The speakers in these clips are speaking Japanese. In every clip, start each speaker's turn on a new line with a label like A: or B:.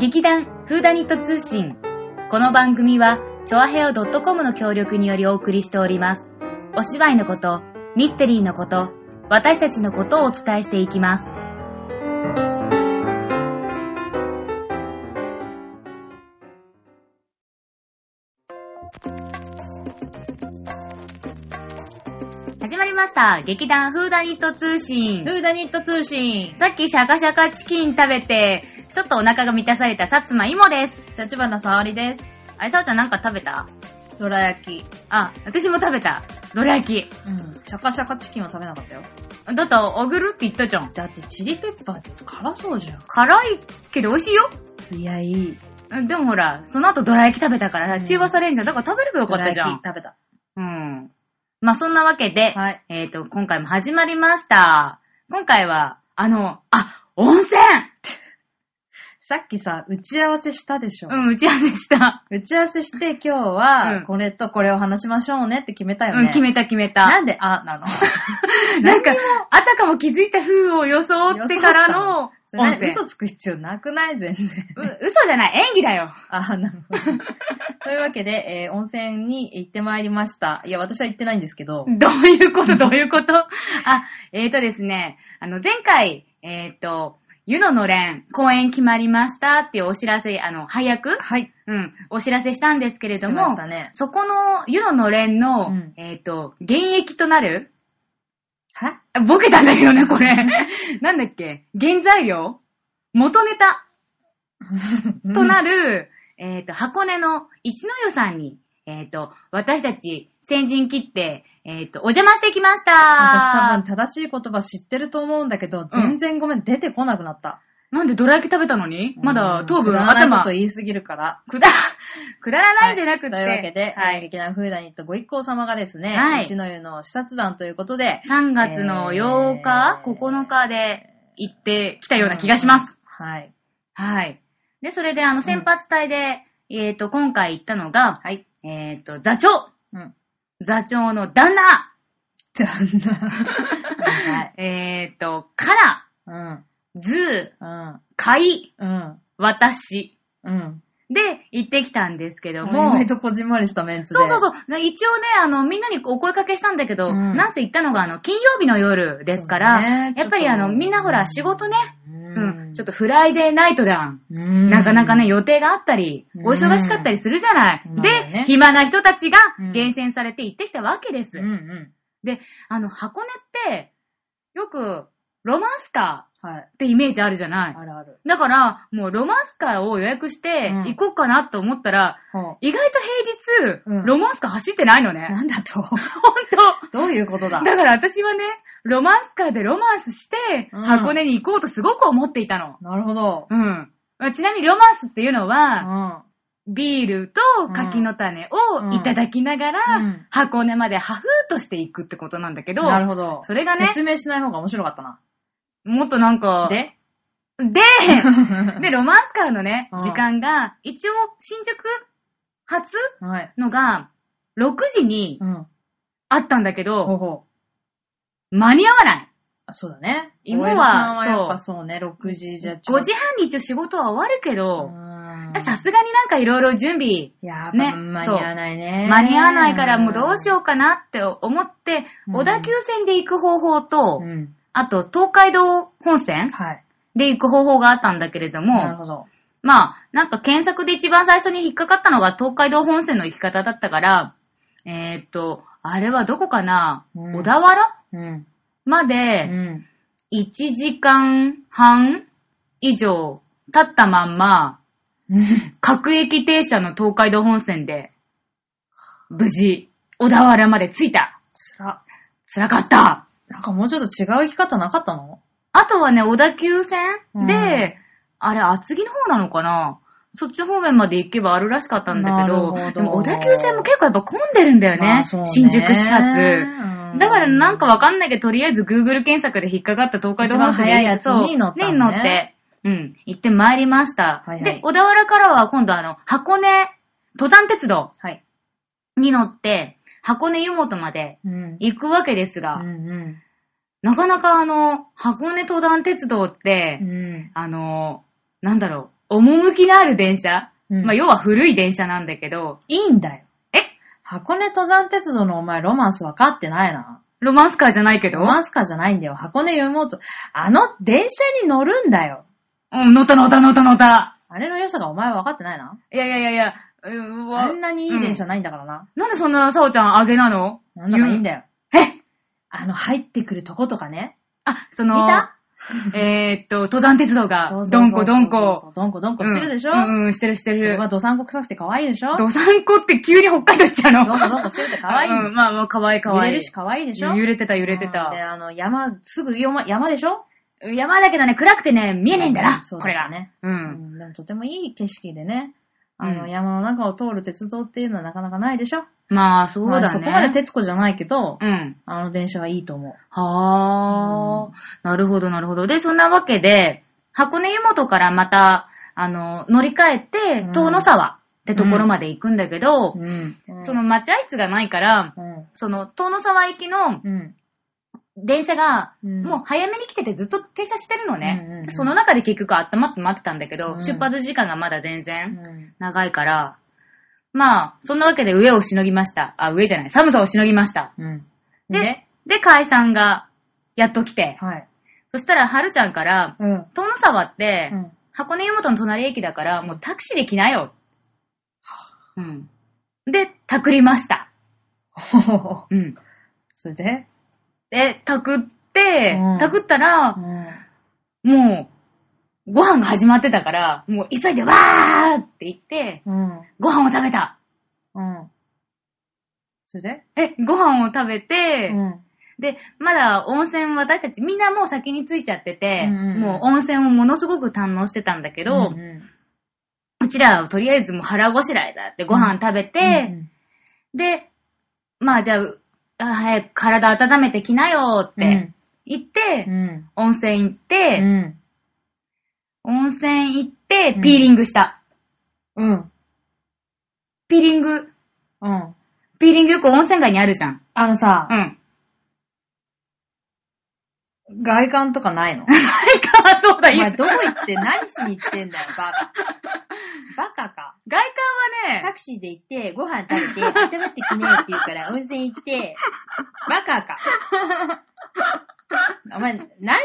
A: 劇団フーダニット通信。この番組は、チョアヘオ .com の協力によりお送りしております。お芝居のこと、ミステリーのこと、私たちのことをお伝えしていきます。始まりました。劇団フーダニット通信。
B: フーダニット通信。
A: さっきシャカシャカチキン食べて、ちょっとお腹が満たされたさつまいもです。
B: 立花沙織です。
A: あれ、さおちゃんなんか食べた
B: どら焼き。
A: あ、私も食べた。どら焼
B: うん。シャカシャカチキンは食べなかったよ。
A: き。だと、おぐるって言ったじゃん。
B: だってチリペッパーって辛そうじゃ
A: 辛いけど美味しいよ。
B: ん。いや、いい。
A: うんでもほら、その後どら焼き食べたから
B: う
A: さ、
B: ん
A: 中和されんじゃん。だから食べればよかったじゃ
B: どら
A: ん
B: 焼。き食べた。
A: うん。まあ、そんなわけで、
B: はい
A: えっ、と、今回も始まりました。今回は、あの、あ、温泉
B: さっきさ、打ち合わせしたでしょ。
A: うん、打ち合わせした。
B: 打ち合わせして今日
A: う
B: は
A: ん、
B: これとこれを話しましょうねって決めたよね。
A: うん、決めた決めた。
B: なんで、あ、 なの
A: なんか、あたかも気づいた風を装ってからの
B: それ
A: 音
B: な
A: 声。
B: 嘘つく必要なくない全然。
A: う嘘じゃない、演技だよ。
B: あ、な るほど。というわけで、えー温泉に行ってまいりました。いや、私は行ってないんですけど。
A: どういうこと、どういうことあ、えーとですね、あの、前回、えーと、湯ののれん、公演決まりましたっていうお知らせ、あの、早く、
B: はい。
A: うん、お知らせしたんですけれど
B: しまし
A: も、
B: たね
A: そこの湯ののれんの、
B: うん
A: えーと、現役となる、
B: は
A: あボケたんだけどね、こ れ。なんだっけ原材料元ネタ。となる、えっ、と、箱根の一の湯さんに、えっ、と、私たち先陣切って、えっ、と、お邪魔してきまし
B: 私多分
A: た
B: 正しい言葉知ってると思うんだけど、
A: うん
B: 全然ごめん、出てこなくなった。
A: なんでどら焼き食べたのにまだ
B: うん
A: 糖
B: く
A: 分、
B: だらない
A: 頭、
B: こと
A: く
B: 言いすぎるから。
A: だ、 くだらないじゃなくて。
B: というわけで、
A: は
B: えー
A: い。
B: 劇団フーダニットご一行様がですね、
A: はい
B: 一の湯の視察団ということで、
A: 3月の8日、
B: えー
A: 9日で行ってきたような気がします。
B: うん。はい。
A: はい。で、それで、あの、先発隊で、えっ、と、今回行ったのが、
B: はい。
A: えっ、と、座長
B: うん。
A: 座長の旦那
B: 残念。はい。
A: えっ、と、から、
B: うん。
A: ず、
B: うん。
A: かい、
B: うん。
A: 私。
B: うん。
A: で、行ってきたんですけど
B: 意
A: も
B: 外。とこじんまりしたメンツで。
A: そうそうそう。な一応ね、あの、みんなにお声かけしたんだけど、
B: うん
A: なんせ行ったのが、あの、金曜日の夜ですから、
B: そうね
A: やっぱりあの、
B: ちょっと
A: みんなほら、仕事ね、
B: う
A: うん、ちょっと
B: と、
A: フライデーナイトだん。
B: うん
A: なかなかね、、予定があったり、
B: うん
A: お忙しかったりするじゃない。
B: まあ
A: で、
B: ね
A: 暇な人たちが
B: うん
A: 厳選されて行ってきたわけです。
B: うんう
A: で、あの、箱根って、よく、ロマンスカー
B: ん。はい
A: っ。てイメージあるじゃない。
B: あるある。
A: だから、もうロマンスカーを予約して
B: うん
A: 行こうかなと思ったら、
B: ほ
A: 意外と平日、
B: うん
A: ロマンスカー走ってないの
B: う
A: ね。
B: なん だと
A: ほんと。
B: どういうこと だ
A: だから私はね、ロマンスカーでロマンスして、
B: うん
A: 箱根に行こうとすごく思っていたの。
B: なるほど。
A: うん。ちなみにロマンスっていうの
B: う
A: は、
B: ん。
A: ビールと柿の種をいただきながら、
B: うん
A: 箱根までハフーとしていくってことなんだけど、
B: なるほど。
A: それがね
B: 説明しない方が面白かったな。
A: もっとなんか、
B: で
A: で、 で、ロマンスカーのね
B: う、ん
A: 時間が、一応、新宿発
B: はい。
A: のが、6時に
B: うん。
A: あったんだけ
B: ほう
A: ど、
B: ほう
A: 間に合わない。
B: あそうだね。
A: 芋は
B: OL さんはやっぱそうね、6時じゃちょ
A: 5時半に一応仕事は終わるけど、
B: 半
A: さすがになんかいろいろ準備、
B: やっぱ
A: ね
B: 間に合わないね。
A: 間に合わないからもうどうし
B: よ
A: ようかなって思って、
B: うん
A: 小田急線で行く方法と
B: う、ん。
A: あと東海道本線
B: はい。
A: で行く方法があったんだけれど
B: なる
A: も、
B: ほど。
A: まあ、なんか検索で一番最初に引っかかったのが東海道本線の行き方だったから、えーっと、あれはどこかな、
B: うん
A: 小田原
B: うん。
A: ま
B: う
A: で
B: ん。
A: 1時間半以上経ったまんま、各駅停車の東海道本線で、無事、小田原まで着いた。
B: つら。
A: 辛かった。
B: なんかもうちょっと違う生き方なかったの
A: あとはね、小田急線
B: うん
A: で、あれ、厚木の方なのかなそっち方面まで行けばあるらしかったんだけど、
B: なるほど
A: でも小田急線も結構やっぱ混んでるんだよね。
B: まあそうね
A: 新宿始発。
B: うん
A: だからなんかわかんないけど、とりあえず Google 検索で引っかかった東海道本線で
B: 一番早いやつに乗った
A: そう
B: の
A: に
B: ね
A: 乗って、うん、行ってまいりました。
B: はいはい
A: で、小田原からは今度あの、箱根、登山鉄道
B: はい。
A: に乗って、箱根湯本まで
B: うん。
A: 行くわけですが、
B: うん
A: なかなかあの、箱根登山鉄道って、
B: うん。うん。
A: あの、なんだろう、趣のある電車、
B: うん
A: まあ要は古い電車なんだけど、
B: いいんだよ。
A: え
B: 箱根登山鉄道のお前ロマンス分かってないな。
A: ロマンスカーじゃないけど、
B: ロマンスカーじゃないんだよ。箱根読もうと。あの電車に乗るんだよ。
A: うん、乗った乗った乗った乗った。
B: あれの良さがお前分かってないな。
A: いやいやいやいや、うん、わ
B: あんなにいい電車ないんだからな。
A: なんでそんな、さおちゃん、あげなの
B: なんだかいいんだよ。
A: え
B: あの入ってくるとことかね。
A: あ、そ
B: 見
A: の、
B: た
A: えーっと、登山鉄道が
B: そう、そ
A: ど
B: うそうんそう
A: こどんこ。。
B: どんこどんこしてるでしょ、
A: うん、うんうんしてるして
B: それ
A: る
B: は。どさんこ臭くて可愛いでしょど
A: どさんこって急に北海道来ちゃうの。
B: んこどんこしてるって可愛い。
A: うん、まあもう可愛い可
B: 揺
A: 愛い。
B: れるし可愛いでしょ
A: 揺れてた揺れて
B: うんで、
A: た。
B: あの、山、すぐ山山でしょ
A: 山だけどね、暗くてね、見えねえんだ
B: う、
A: なん
B: そうだ
A: これが。
B: ね
A: う。
B: うんん、でもとてもいい景色でね、あ
A: う
B: の、
A: ん
B: 山の中を通る鉄道っていうのはなかなかないでしょ
A: まあ、そうだ
B: ま
A: ね。
B: あそこまで徹子じゃないけど、
A: うん。
B: あの電車はいいと思う。
A: はあ、なるほど、なるほど。で、そんなわけで、箱根湯本からまた、あの、乗り換えて
B: う、ん
A: 遠野沢ってところまで行くんだけど、
B: うん。
A: その、待合室がないから、
B: うん。
A: その、遠野沢行きの
B: うん。
A: 電車が、
B: うん
A: もう早めに来ててずっと停車してるのね。
B: うんうんうん
A: でその中で結局温まって待ってたんだけど、
B: うん
A: 出発時間がまだ全
B: う
A: 然
B: ん。
A: 長いから、まあ、そんなわけで上をしのぎました。あ、上じゃない、寒さをしのぎました。
B: うん。
A: で、
B: で、
A: で、解散が、やっと来て、
B: はい。
A: そしたら、はるちゃんから、
B: うん。
A: 遠野沢って、
B: うん
A: 箱根湯本の隣駅だから、もうタクシーで来なよ。うん。で、タクりました。
B: ほほほ
A: うん。
B: それで、
A: で、タクって
B: うん、
A: タクったら、
B: ん。
A: もう、ご飯が始まってたから、もう急いでわーって言って、
B: うん。
A: ご飯を食べた。
B: うん。それで、
A: え、ご飯を食べ
B: う
A: て、
B: ん。
A: で、まだ温泉私たちみんなもう先に着いちゃってて、
B: うんうんうん
A: もう温泉をものすごく堪能してたんだけど、
B: うんうん
A: うちらはとりあえずもう腹ごしらえだってご飯食べて、
B: うん
A: で、まあじゃあ、あ早く体温めてきなよっ
B: うん、
A: て言って、
B: うん。
A: 温泉行って、
B: ん。
A: 温泉行って
B: う、ん
A: ピーリングした。
B: うん。
A: ピーリング、
B: うん。
A: ピーリングよく温泉街にあるじゃん。
B: あのさ
A: う、ん。
B: 外観とかない の
A: はい、かわそうだ、
B: お
A: 今
B: 前どこ行って何しに行ってんだよ、バカ。バカか。
A: 外観は
B: タ
A: ね、
B: クシーで行って、ご飯食べて、温まってきねえって言うから、温泉行って、バカか。お前、何にもレ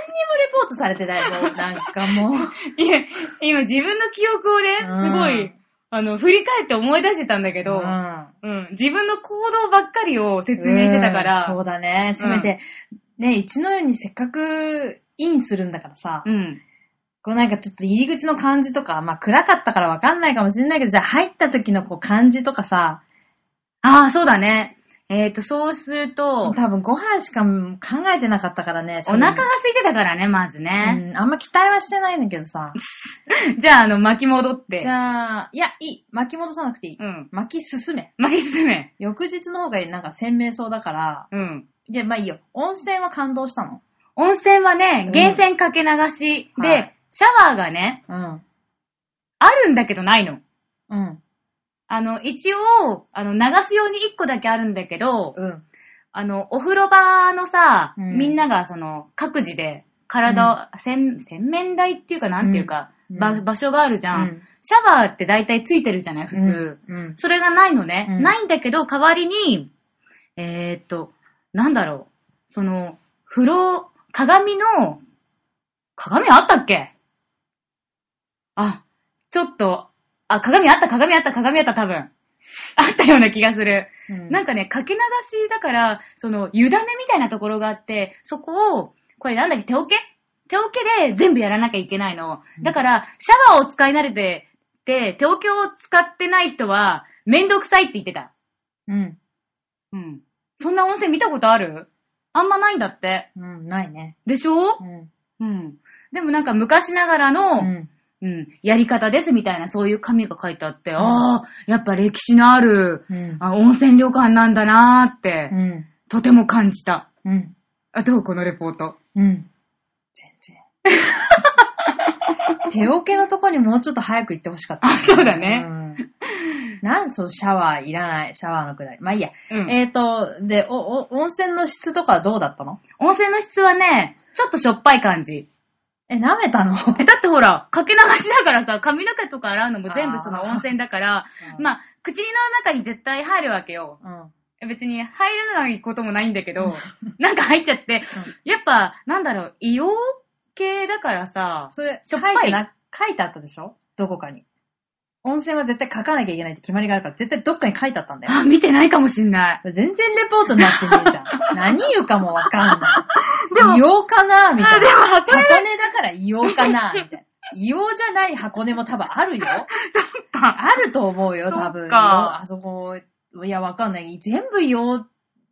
B: ポートされてないもうなんかもう。
A: いや、今自分の記憶をね、
B: うん
A: すごい、あの、振り返って思い出してたんだけど、うん、自分の行動ばっかりを説明してたか
B: うんそ
A: ら
B: う、だね。せめて、ね、一の湯にせっかく、インするんだからさ、
A: うん。
B: こうなんかちょっと入り口の感じとか、まあ暗かったからわかんないかもしれないけど、じゃあ入った時のこう感じとかさ、
A: ああ、そうだね。えっ、と、そうすると
B: 多、分ご飯しか考えてなかったからね。
A: お腹が空いてたからね、まずね。
B: うん、あんま期待はしてないんだけどさ。
A: じゃあ、あの、巻き戻って。
B: じゃあ、いや、いい。巻き戻さなくていい。
A: うん。
B: 巻き進め。
A: 巻き進め。
B: 翌日の方がなんか鮮明そうだから。
A: うん。
B: で、まあいいよ。温泉は感動したの。
A: 温泉はね
B: うん、
A: 源泉かけ流しで、
B: はい
A: シャワーがね、
B: うん。
A: あるんだけどないの。
B: うん。
A: あの、一応、あの、流す用に一個だけあるんだけど、
B: うん。
A: あの、お風呂場のさ、
B: うん
A: みんながその、各自で、体を、洗、洗面台っていうか、なんていうか、
B: うん
A: ば
B: うん
A: 場所があるじゃん,、
B: うん
A: シャワーって大体ついてるじゃない、普通。
B: うん。
A: それがないのね。
B: うん
A: ないんだけど、代わりに、えー、っと、なんだろう。その、風呂、鏡の、鏡あったっけあ、ちょっと、あ、鏡あった、鏡あった、鏡あった、多分。あったような気がする。
B: うん。
A: なん
B: か、
A: かね、かけ流しだから、その、湯だめみたいなところがあって、そこを、これなんだっけ、手桶手桶で全部やらなきゃいけないの。だから、シャワーを使い慣れてて、手桶を使ってない人は、めんどくさいって言ってた。
B: うん。
A: うん。そんな温泉見たことあるあんまないんだって。
B: うん。ないね。
A: でしょ
B: う
A: う
B: ん。
A: ん。でもなんか昔ながらの、
B: うん。
A: うん、やり方ですみたいな、そういう紙が書いてあって、
B: ん
A: ああ、やっぱ歴史のある、
B: うん。
A: あ温泉旅館なんだなーって、
B: うん。
A: とても感じた。
B: うん。
A: あ、どうこのレポート。
B: うん。全 然。手桶のとこにもうちょっと早く行ってほしかった。
A: あ、そうだ
B: う
A: ね。
B: ん。なんそのシャワーいらない、シャワーのくだり。まあいいや。
A: うん
B: えっ、と、で、お、お、温泉の質とかどうだったの
A: 温泉の質はね、ちょっとしょっぱい感じ。
B: え、舐めたの
A: え、だってほら、かけ流しだからさ、髪の毛とか洗うのも全部その
B: あー
A: 温泉だから、 まあ、口の中に絶対入るわけよ。
B: あ、
A: 別に入らないこともないんだけど、なんか入っちゃって、やっぱ、なんだろう、硫黄系だからさ、
B: それ、
A: し
B: 書
A: ょっ
B: い
A: ぱい
B: てな、書いてあったでしょどこかに。温泉は絶対書かなきゃいけないって決まりがあるから、絶対どっかに書いてあったんだ よ。
A: あ、見てないかもしんない。
B: 全然レポートになってね えじゃん。何言うかもわかんない。
A: でも
B: 硫黄かなみた
A: あ
B: いな。
A: でも箱根
B: 箱根だから硫黄かなみたいな。硫黄じゃない箱根も多分あるよ。あると思うよ、多
A: そ
B: 分。
A: っか
B: あそこ、いや、わかんない。全部硫
A: っ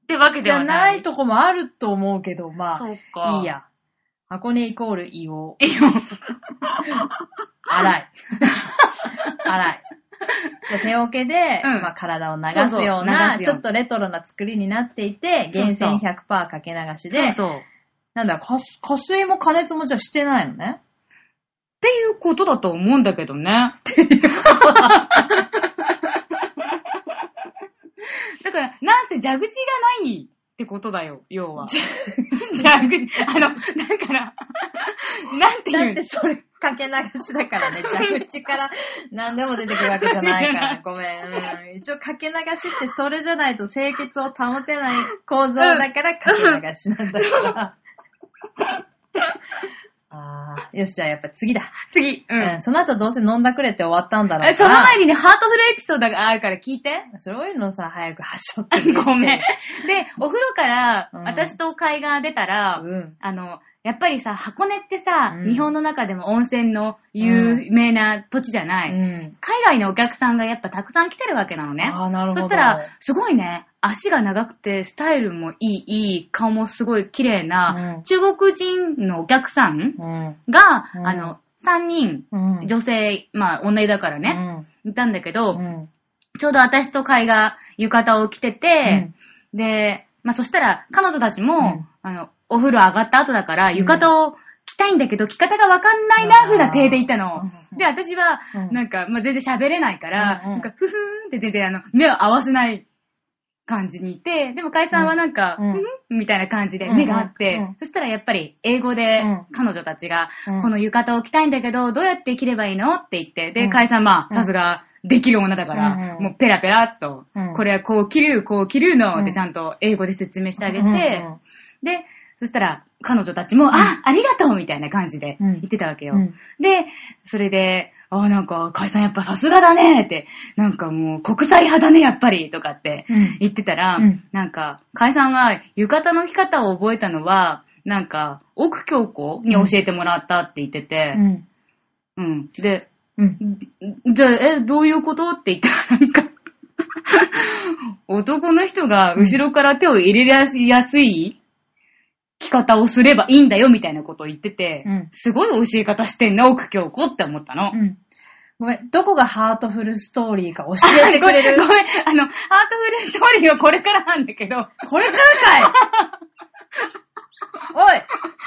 A: てわけ
B: 黄
A: で
B: じゃ
A: は
B: な
A: ないい。
B: とこもあると思うけど、ま
A: そうか。
B: あ、いい。や。箱根イコール硫黄。
A: いいよ。
B: 荒い。荒い。で手桶で、
A: うん
B: まあ、体を流すような
A: そうそう流すような
B: ちょっとレトロな作りになっていて、
A: そうそう
B: 源泉100%かけ流しで、
A: そうそう。っ
B: なんだ、かす加水も加熱もじゃあしてないのね。
A: ていうことだと思うんだけど ね。だから、なんせ蛇口がないってことだよ、要は。蛇口、あの、だから、なんて
B: だ
A: い
B: っ
A: う
B: てそれ、かけ流しだからね、蛇口から何でも出てくるわけじゃないから、ごめん。うん、一応、かけ流しってそれじゃないと清潔を保てない構造だから、かけ流しなんだから。あーよし、じゃあやっぱ次だ。
A: 次。う。
B: うんん、その後どうせ飲んだくれて終わったんだろ
A: え
B: うか
A: そ
B: ら。
A: の前にね、ハートフルエピソードがあるから聞いて。
B: そういうのさ、早くはしょってくれて
A: ごめん。で、お風呂から
B: うん、
A: 私と海岸出たら、
B: うん。
A: あの、やっぱりさ、箱根ってさ、
B: うん
A: 日本の中でも温泉の有名な土地じゃない、
B: うん。
A: 海外のお客さんがやっぱたくさん来てるわけなのね。
B: あーなるほ
A: そ
B: ど。
A: したら、すごいね、足が長くて、スタイルもいい、いい、顔もすごい綺麗な、
B: うん
A: 中国人のお客さん
B: うん、
A: が、
B: うん
A: あの、3人、
B: うん。
A: 女性、まあ、女だからね、いたんだけ
B: う
A: ど、
B: ん。うん。
A: ちょうど私と海が浴衣を着てて、で、まあそしたら彼女たちも、
B: うん
A: あの、お風呂上がった後だから
B: ん
A: 浴衣を着たいんだけど、着方がわかんないな、
B: あー
A: 風な手でいたの。
B: うん
A: で、私は
B: うん、
A: なんか、まあ全然喋れないから、
B: うんう
A: な
B: ん
A: んか、ふふーんって全然、あの、目を合わせない感じにいて、でも海さんはなんか、
B: うん
A: ふふんみたいな感じで
B: うん
A: 目があって、
B: うん
A: そしたらやっぱり英語で
B: うん
A: 彼女たちが、
B: うん
A: この浴衣を着たいんだけど、どうやって着ればいいのって言って、
B: う
A: で、
B: ん
A: 海さんまあ、さすが、できる女だか
B: うん
A: ら、
B: うん
A: もうペラペラっと
B: うん、
A: これはこう着る、こう着るの
B: う
A: っ
B: ん
A: てちゃんと英語で説明してあげ
B: うんう
A: て、
B: ん
A: で、そしたら彼女たちも、あ、ありがとうみたいな感じで
B: うん
A: 言ってたわけよ。
B: うん
A: で、それで、あ、なんか、海さんやっぱさすがだねって、なんかもう国際派だね、やっぱり、とかって
B: うん
A: 言ってたら、
B: うん
A: なんか、海さんは浴衣の着方を覚えたのは、なんか、奥京子に教えてもらったって言ってて、
B: うん
A: うん。で、
B: うん
A: じゃあ、え、どういうことって言ったら、なんか、 男の人が後ろから手を入れやすいやすい着方をすればいいんだよ、みたいなことを言ってて、
B: うん
A: すごい教え方してんな、奥京子って思ったの。
B: うんごめん、どこがハートフルストーリーか教え てくれる
A: ごめん、あの、ハートフルストーリーはこれからなんだけど、
B: これ からかい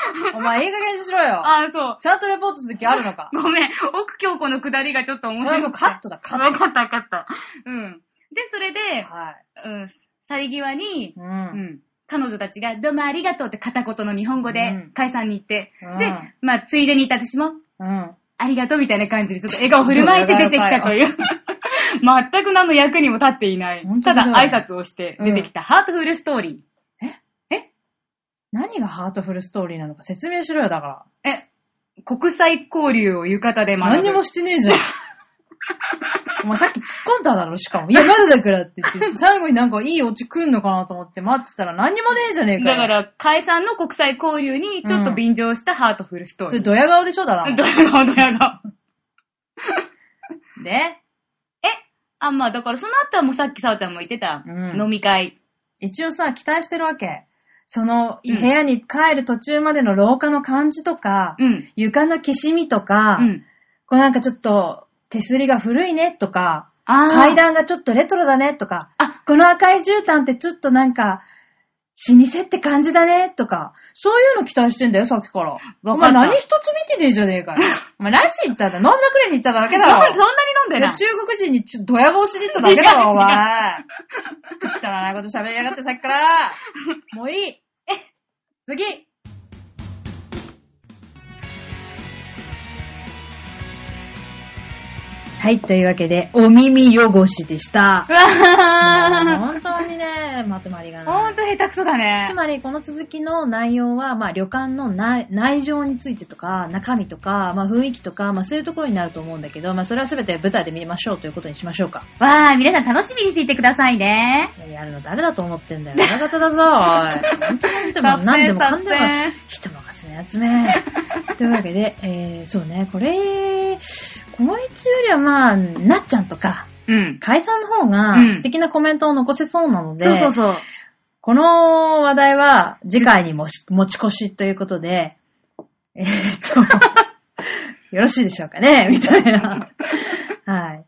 B: おいお前いい加減にしろよ
A: ああ、そう。
B: ちゃんとレポートする気あるのか
A: ごめん、奥京子のくだりがちょっと面
B: それはも
A: 白
B: う
A: くて
B: カットだ、カッ
A: わかった、わかった。うん。で、それで、
B: ト。はい。
A: うん、去り際に、
B: う。
A: うんん。彼女たちが、どうもありがとうって片言の日本語
B: う
A: で
B: ん、
A: 解散に行って、
B: うん
A: で、まあ、ついでに行った私も、
B: うん。
A: ありがとうみたいな感じで、ちょっと笑顔振る舞いて出てきたという。 全く何の役にも立っていない
B: 本。当
A: た
B: だ
A: だ
B: よ
A: 挨拶をして出てきたハートフルストーリ
B: 何がハートフルストーリーなのか説明しろよ、だか
A: ー。え、国際交流を浴衣で
B: ら。
A: 学ぶ。
B: 何にもしてねえじゃん。 お前さっき突っ込んだだろ、しかも。いや、まだだからって 言って、最後になんかいいオチ来んのかなと思って待ってたら何にもねえじゃねえ
A: だ
B: かよ。
A: から、解散の国際交流にちょっと便乗したハートフルストー
B: それ
A: リー。
B: ドヤ顔でしょ、だな。
A: どや顔どや顔。
B: で、
A: えあ、まあ、だからその後はもうさっきさおちゃんも言ってた、
B: うん
A: 飲み会。
B: 一応さ、期待してるわけ。その、
A: うん
B: 部屋に帰る途中までの廊下の感じとか、
A: うん。
B: 床のきしみとか、
A: うん。
B: こうなんかちょっと手すりが古いねとか、
A: あー
B: 階段がちょっとレトロだねとか、
A: あ
B: この赤い絨毯ってちょっとなんか、老舗って感じだねとか、そういうの期待してんだよ、さっきから。
A: た
B: お前何一つ見てねえじゃねえか よ。お前ラジ行ったんだ、飲んだくれに行っただけ
A: そ
B: だ
A: んな
B: ろ
A: に。飲んでない。
B: 中国人にちょドヤ顔しに行っただけだろ、
A: 違う違う
B: お前。くだらないこと喋りやがってさっき から。もういい。え次はい、というわけで、お耳汚しでした。
A: うわ
B: 本当にね、まとまりが
A: ー
B: ない。
A: ほんと下手くそだね
B: つ。まり、この続きの内容は、まあ、旅館の内内情についてとか、中身とか、まあ、雰囲気とか、まあ、そういうところになると思うんだけど、まあ、それは全て舞台で見ましょうということにしましょうか。
A: わー、皆さん楽しみにしていてくださいね。
B: やるの誰だと思ってんだよ。親方だぞ、おい。本当にで も何でもかん
A: 撮影撮
B: でも
A: 影、
B: 人任せのやつめ。というわけで、えー、そうね、これ、こいつよりはまあ、なっちゃんとか、
A: うん。
B: 解散の方が
A: うん
B: 素敵なコメントを残せそうなので、
A: そうそうそう。
B: この話題は次回にもし持ち越しということで、えー っと、よろしいでしょうかね みたいな。はい。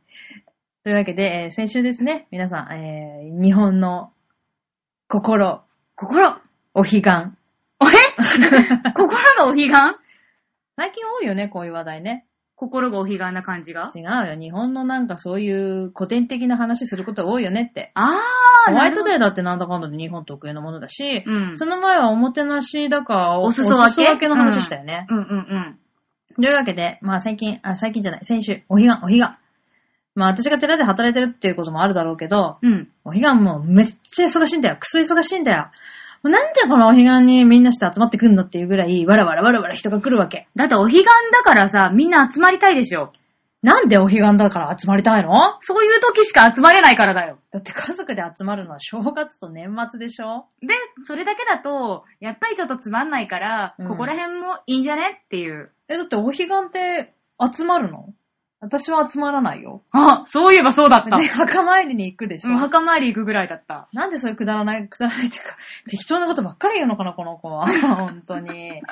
B: というわけで、えー先週ですね、皆さん、えー日本の心、心、お彼岸。
A: おえ心がお彼岸
B: 最近多いよね、こういう話題ね。
A: 心がお彼岸な感じが
B: 違うよ、日本のなんかそういう古典的な話することが多いよねって。
A: あー、
B: ホワイト
A: な
B: デーだってなんだかんだで日本特有のものだし、
A: るほどうん。
B: その前はおもてなしだか、
A: お裾分け
B: お裾の話したよね。
A: うんうん
B: というわけで、まあ最近、あ、最近じゃない、先週、お彼岸、お彼岸。まあ私が寺で働いてるっていうこともあるだろうけど、
A: うん。うん。
B: お彼岸もうめっちゃ忙しいんだよ。クソ忙しいんだよ。もうなんでこのお彼岸にみんなして集まってくんのっていうぐらい、わらわらわらわら人が来るわけ。
A: だってお彼岸だからさ、みんな集まりたいでしょ。
B: なんでお彼岸だから集まりたいの
A: そういう時しか集まれないからだよ。
B: だって家族で集まるのは正月と年末でしょ
A: で、それだけだと、やっぱりちょっとつまんないから、
B: うん
A: ここら辺もいいんじゃねっていう。
B: え、だってお彼岸って集まるの私は集まらないよ。
A: あ、そういえばそうだっ
B: 別に墓参りに行くでしょ、
A: お墓参り行くぐらいだった。
B: なんでそういうくだらない、く だらないっていうか、適当なことばっかり言うのかな、この子は。 本当に。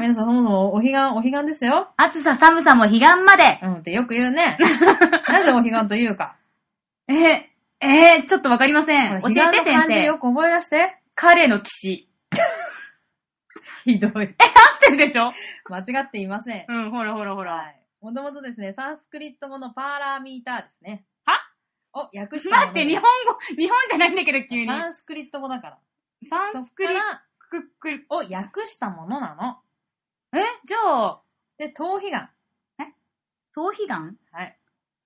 B: 皆さん、そもそもお彼岸、お彼岸ですよ。
A: 暑さ寒さも彼岸まで。
B: うん、ってよく言う ね。なぜお彼岸というか。
A: え、えー、ちょっとわかりませ
B: ほら
A: ん。教え
B: 彼
A: て
B: 岸の
A: 先
B: 漢字よ
A: 生。
B: く思い出して。
A: 彼の騎士。
B: ひどい。
A: え、合ってるでしょ
B: 間違っていません。
A: うん、ほらほらほら。
B: もともとですね、サンスクリット語のパーラーミーターですね。
A: は
B: お、訳した
A: 待
B: もの
A: って、日本語、日本じゃないんだけど、急に。
B: サンスクリット語だから。
A: サンスクリ
B: そっ
A: ッ
B: から
A: ククリ
B: を訳したものなの。
A: え、じゃあ、
B: で、逃避願。
A: 逃避願
B: はい。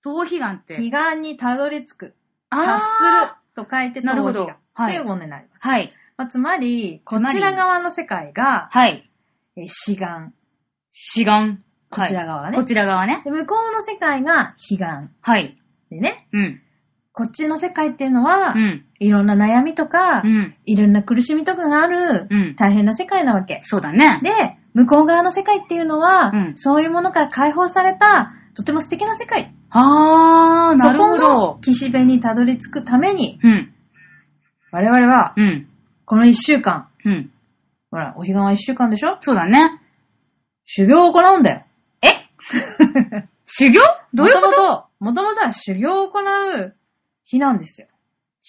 A: 逃避願って。
B: 彼岸にたどり着く。
A: あー
B: 達すると書いて
A: な
B: 逃
A: るほ
B: 避
A: ど
B: 願。
A: はい
B: というものになります。
A: はい。
B: まあ、つまり、
A: つ
B: こ
A: まり
B: ちら側の世界が、
A: はい。
B: えー志願。
A: 志願。
B: こちら側ね
A: こちら側ね。
B: で、向こうの世界が悲願。
A: はい。
B: でね、
A: うん。
B: こっちの世界っていうのは、
A: うん。
B: いろんな悩みとか、
A: うん。
B: いろんな苦しみとかがある、
A: うん
B: 大変な世界なわけ。
A: そうだね。
B: で、向こう側の世界っていうのは、
A: うん
B: そういうものから解放された、とても素敵な世界。
A: はー、なるほ
B: そこの
A: ど。
B: 岸辺にたどり着くために、
A: うん。
B: 我々は、
A: うん。
B: この一週間、
A: うん。
B: ほら、お彼岸は一週間でしょ
A: そうだね。
B: 修行を行うんだよ。
A: え 修行どういうこと
B: ともともとは修行を行う日なんですよ。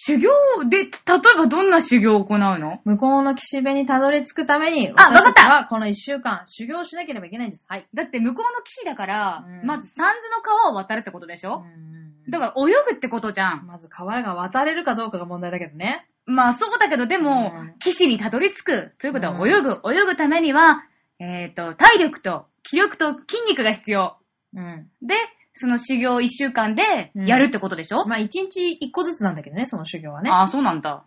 A: 修行で、例えばどんな修行を行うの
B: 向こうの岸辺にたどり着くために、
A: あわかった
B: 私ちはこの一週間修行しなければいけないんです。はい。
A: だって向こうの岸だから、
B: うん
A: まず三途の川を渡るってことでしょ、だ
B: だか
A: から泳ぐってことじゃ
B: ら、
A: ん。
B: まず河原が渡れるかどうかが問題だけどね。
A: まあそうだけど、でも、
B: うん
A: 岸にたどり着く。ということは
B: うん
A: 泳ぐ。泳ぐためには、えっ、と、体力と気力と筋肉が必要。
B: うん。
A: で、その修行一週間でやるってことでしょ、
B: まあ、一日一個ずつなんだけどね、その修行はね。
A: ああ、そうなんだ。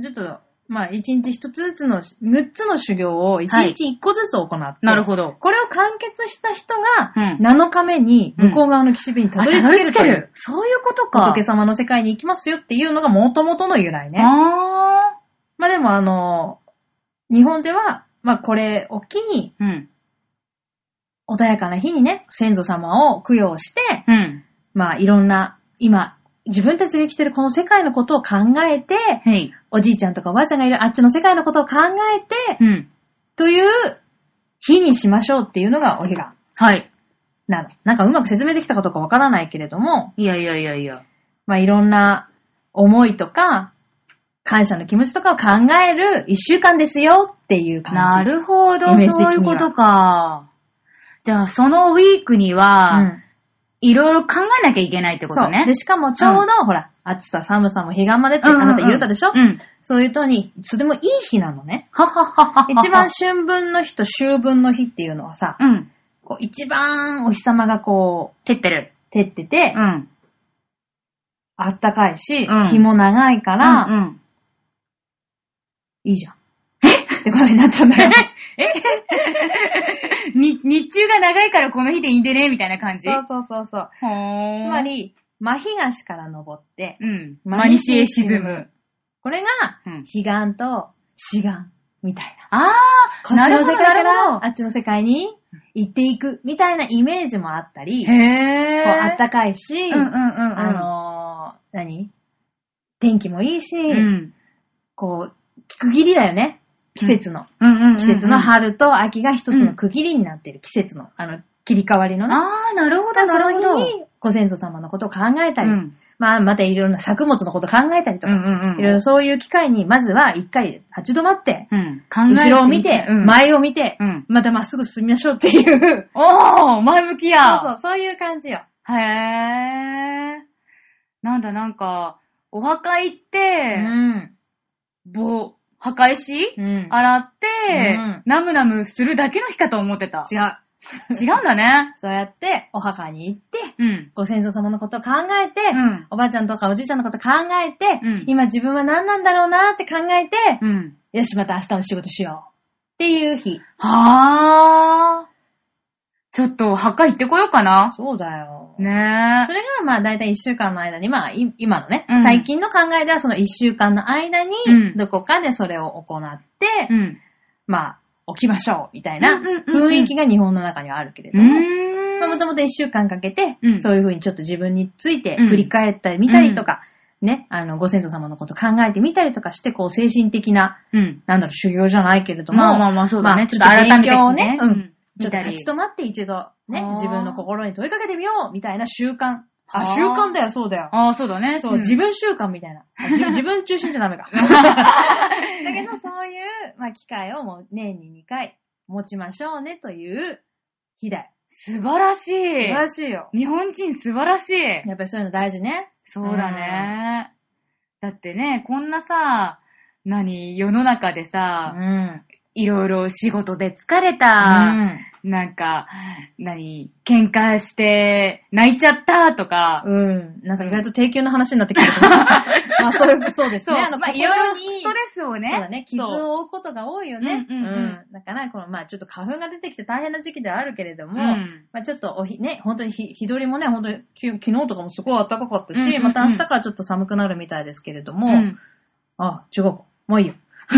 B: ちょっと、まあ、一日一つずつの、六つの修行を一
A: はい
B: 日一個ずつ行って、
A: なるほど。
B: これを完結した人が、
A: うん
B: 7日目に向こう側の岸辺にたどり着けるという、
A: そういうことか。
B: 仏様の世界に行きますよっていうのが元々の由来ね。
A: ああ。
B: まあでもあの、日本では、まあこれを機に、
A: うん。
B: 穏やかな日にね、先祖様を供養して、
A: うん。
B: まあいろんな、今、自分たちが生きてるこの世界のことを考えて、
A: はい。
B: おじいちゃんとかおばあちゃんがいるあっちの世界のことを考え
A: う
B: て、
A: ん。
B: という日にしましょうっていうのがお彼岸
A: はい。
B: なの。なんかうまく説明できたかどうかわからないけれども、
A: いやいやいやいや。
B: まあいろんな思いとか、感謝の気持ちとかを考える一週間ですよっていう感じ。
A: なるほど、
B: イメージ的に
A: そ
B: は
A: ういうことか。じゃあ、そのウィークには、
B: うん
A: いろいろ考えなきゃいけないってこと
B: そう。
A: ね
B: で、。しかもちょうど、ほら、暑さ、寒さも彼岸までって、あなた言うたでしょ、
A: うん。
B: そういうとに、とてもいい日なのね。
A: はははは。
B: 一番春分の日と秋分の日っていうのはさ、
A: うん。
B: こう一番お日様がこう、
A: 照ってる。
B: 照ってて、
A: うん。
B: あったかいし、
A: うん
B: 日も長いから、
A: うんうん。
B: いいじゃん。ってことになったんだよ。
A: に、日中が長いからこの日でいいんでね、みたいな感じ。
B: そうそうそうそう。
A: ほーん
B: つま、り、真東から登って、
A: うん。
B: 真
A: 真
B: 西
A: 西
B: へ
A: へ
B: 沈
A: 沈
B: む
A: む。
B: これが、
A: うん。
B: 彼岸と死岸みたいな。
A: あー、
B: こっ
A: な
B: ちの
A: る
B: 世
A: ほど、
B: 界
A: な
B: か
A: る
B: ら
A: ほ
B: あっちの世界に行っていくみたいなイメージもあったり、
A: ど。へ
B: こう
A: ー。
B: あったかいし、
A: うんうんうんうん。
B: あのー、何天気もいいし、
A: うん、
B: こう、区切りだよね。季節の。
A: うんうんうんうん。
B: 季節の春と秋が一つの区切りになってる。季節の、あの、切り替わりのね。
A: あー、なるほど、
B: た
A: な
B: だその
A: るほ
B: 日
A: ど。
B: にご先祖様のことを考えた
A: う
B: り、
A: ん。
B: まあ、またいろんな作物のことを考えたりと
A: うんう
B: か、
A: んうん。
B: いろいろそういう機会に、まずは一回立ち止まって、
A: うん。考えてみ
B: 後ろを見て、
A: うん、。
B: 前を見て、
A: うん。
B: またまっすぐ進みましょうっていう。
A: おー、前向きや。
B: そうそう、そういう感じよ。
A: へー。なんだ、なんか、お墓行っ
B: う
A: て、
B: ん。
A: ぼ、墓石、
B: うん。
A: 洗って、
B: うん
A: ナムナムするだけの日かと思ってた。
B: 違う。
A: 違うんだね。
B: そうやって、お墓に行って、
A: うん。
B: ご先祖様のことを考えて、
A: うん
B: おばあちゃんとかおじいちゃんのこと考えて、
A: うん
B: 今自分は何なんだろうなって考えて、
A: うん。
B: よし、また明日も仕事しよう。っていう日。
A: はー。ちょっと、墓行ってこようかな。
B: そうだよ。
A: ね
B: それがまあ大体一週間の間に、まあい今のね、
A: うん
B: 最近の考えではその一週間の間に
A: うん、
B: どこかでそれを行って、
A: え。うん。
B: まあ起きましょう、みたいな
A: うんうんうんうん
B: 雰囲気が日本の中にはあるけれど
A: う
B: も、
A: ーん。
B: まあもともと一週間かけて、
A: うん
B: そういう風にちょっと自分について
A: うん
B: 振り返ったり見たりとか、ね、あの、ご先祖様のこと考えてみたりとかして、こう、精神的な、
A: うん。
B: なんだろう、修行じゃないけれども、
A: まあまあまあ、そうだ
B: ま
A: ね。
B: あ
A: ちょっと改め
B: ち
A: て
B: ょっと勉強をね
A: うん。
B: ちょっと立ち止まって一度ね
A: あー、
B: 自分の心に問いかけてみようみたいな習慣。
A: あ
B: あ、
A: ー
B: 習慣だよ、そうだよ。
A: ああ、そうだね。
B: そう、自分習慣みたい な。あ自分自分中心じゃダメ か。だけど、そういう、まあ、機会をもう年に2回持ちましょうねという日だよ。
A: 素晴らしい。
B: 素晴らしいよ。
A: 日本人素晴らしい。
B: やっぱりそういうの大事ね。
A: そうだね。だってね、こんなさ、何、世の中で
B: う
A: さ、
B: ん。
A: いろいろ仕事で疲れた、なんか、何、喧嘩して泣いちゃったとか、
B: うん。なんか意外と定休の話になってきてる。 まあ、そういう、そうです
A: そう、
B: ね。
A: ま
B: あの、
A: あ、いろいろ
B: 心に
A: ストレスをね、
B: そうだね。傷
A: そう
B: を負うことが多いよね。
A: うんうんうん
B: だから、この、まあちょっと花粉が出てきて大変な時期ではあるけれども、
A: うん
B: まあちょっとおひ、ね、本当に日日取りもね、本当にき昨日とかもすごい暖かかったし、
A: うんうんうん
B: また明日からちょっと寒くなるみたいですけれども、
A: うん
B: あ、中国、もういいよ。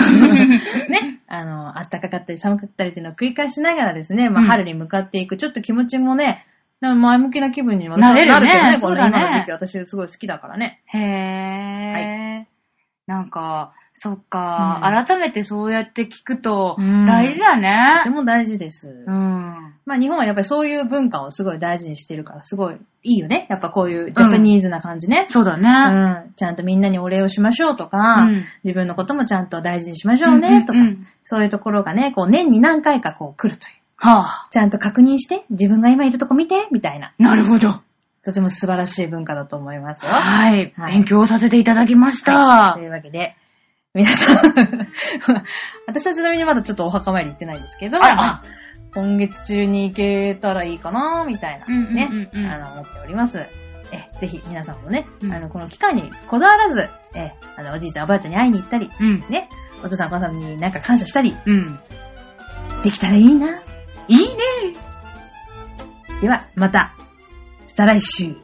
B: ね、あの、暖かかったり寒かったりっていうのを繰り返しながらですね、まあ
A: うん
B: 春に向かっていく、ちょっと気持ちもね、なんか前向きな気分には
A: なれるね
B: けどこ
A: そう
B: の
A: だね
B: 今の時期私すごい好きだからね。
A: へえ、なんか、そっか、
B: うん
A: 改めてそうやって聞くと、
B: うん
A: 大事だ
B: とて
A: ね。
B: も大事です。
A: うん。
B: まあ日本はやっぱりそういう文化をすごい大事にしてるから、すごいいいよね。やっぱこういうジャパニーズな感じね。
A: そうだ
B: うん。
A: ね。
B: ちゃんとみんなにお礼をしましょうとか、
A: うん
B: 自分のこともちゃんと大事にしましょうねとか、
A: うんうんうん
B: そういうところがね、こう年に何回かこう来るという。
A: はあ、
B: ちゃんと確認して、自分が今いるとこ見て、みたいな。
A: なるほど。
B: とても素晴らしい文化だと思いますよ。
A: はい。
B: はい
A: 勉強させていただきました。
B: というわけで、皆さん、 私はちなみにまだちょっとお墓参り行ってないんですけど、
A: あら
B: まあ今月中に行けたらいいかな、みたいな、
A: うんうんうん
B: ね、
A: うん
B: あの、思っております。え、ぜひ皆さんもね、
A: うん
B: あの、この機会にこだわらず、え、あの、おじいちゃんおばあちゃんに会いに行ったり、
A: うん。
B: ね、お父さんお母さんになんか感謝したり、
A: うん。
B: できたらいいな。
A: いいね。
B: では、また、再来週。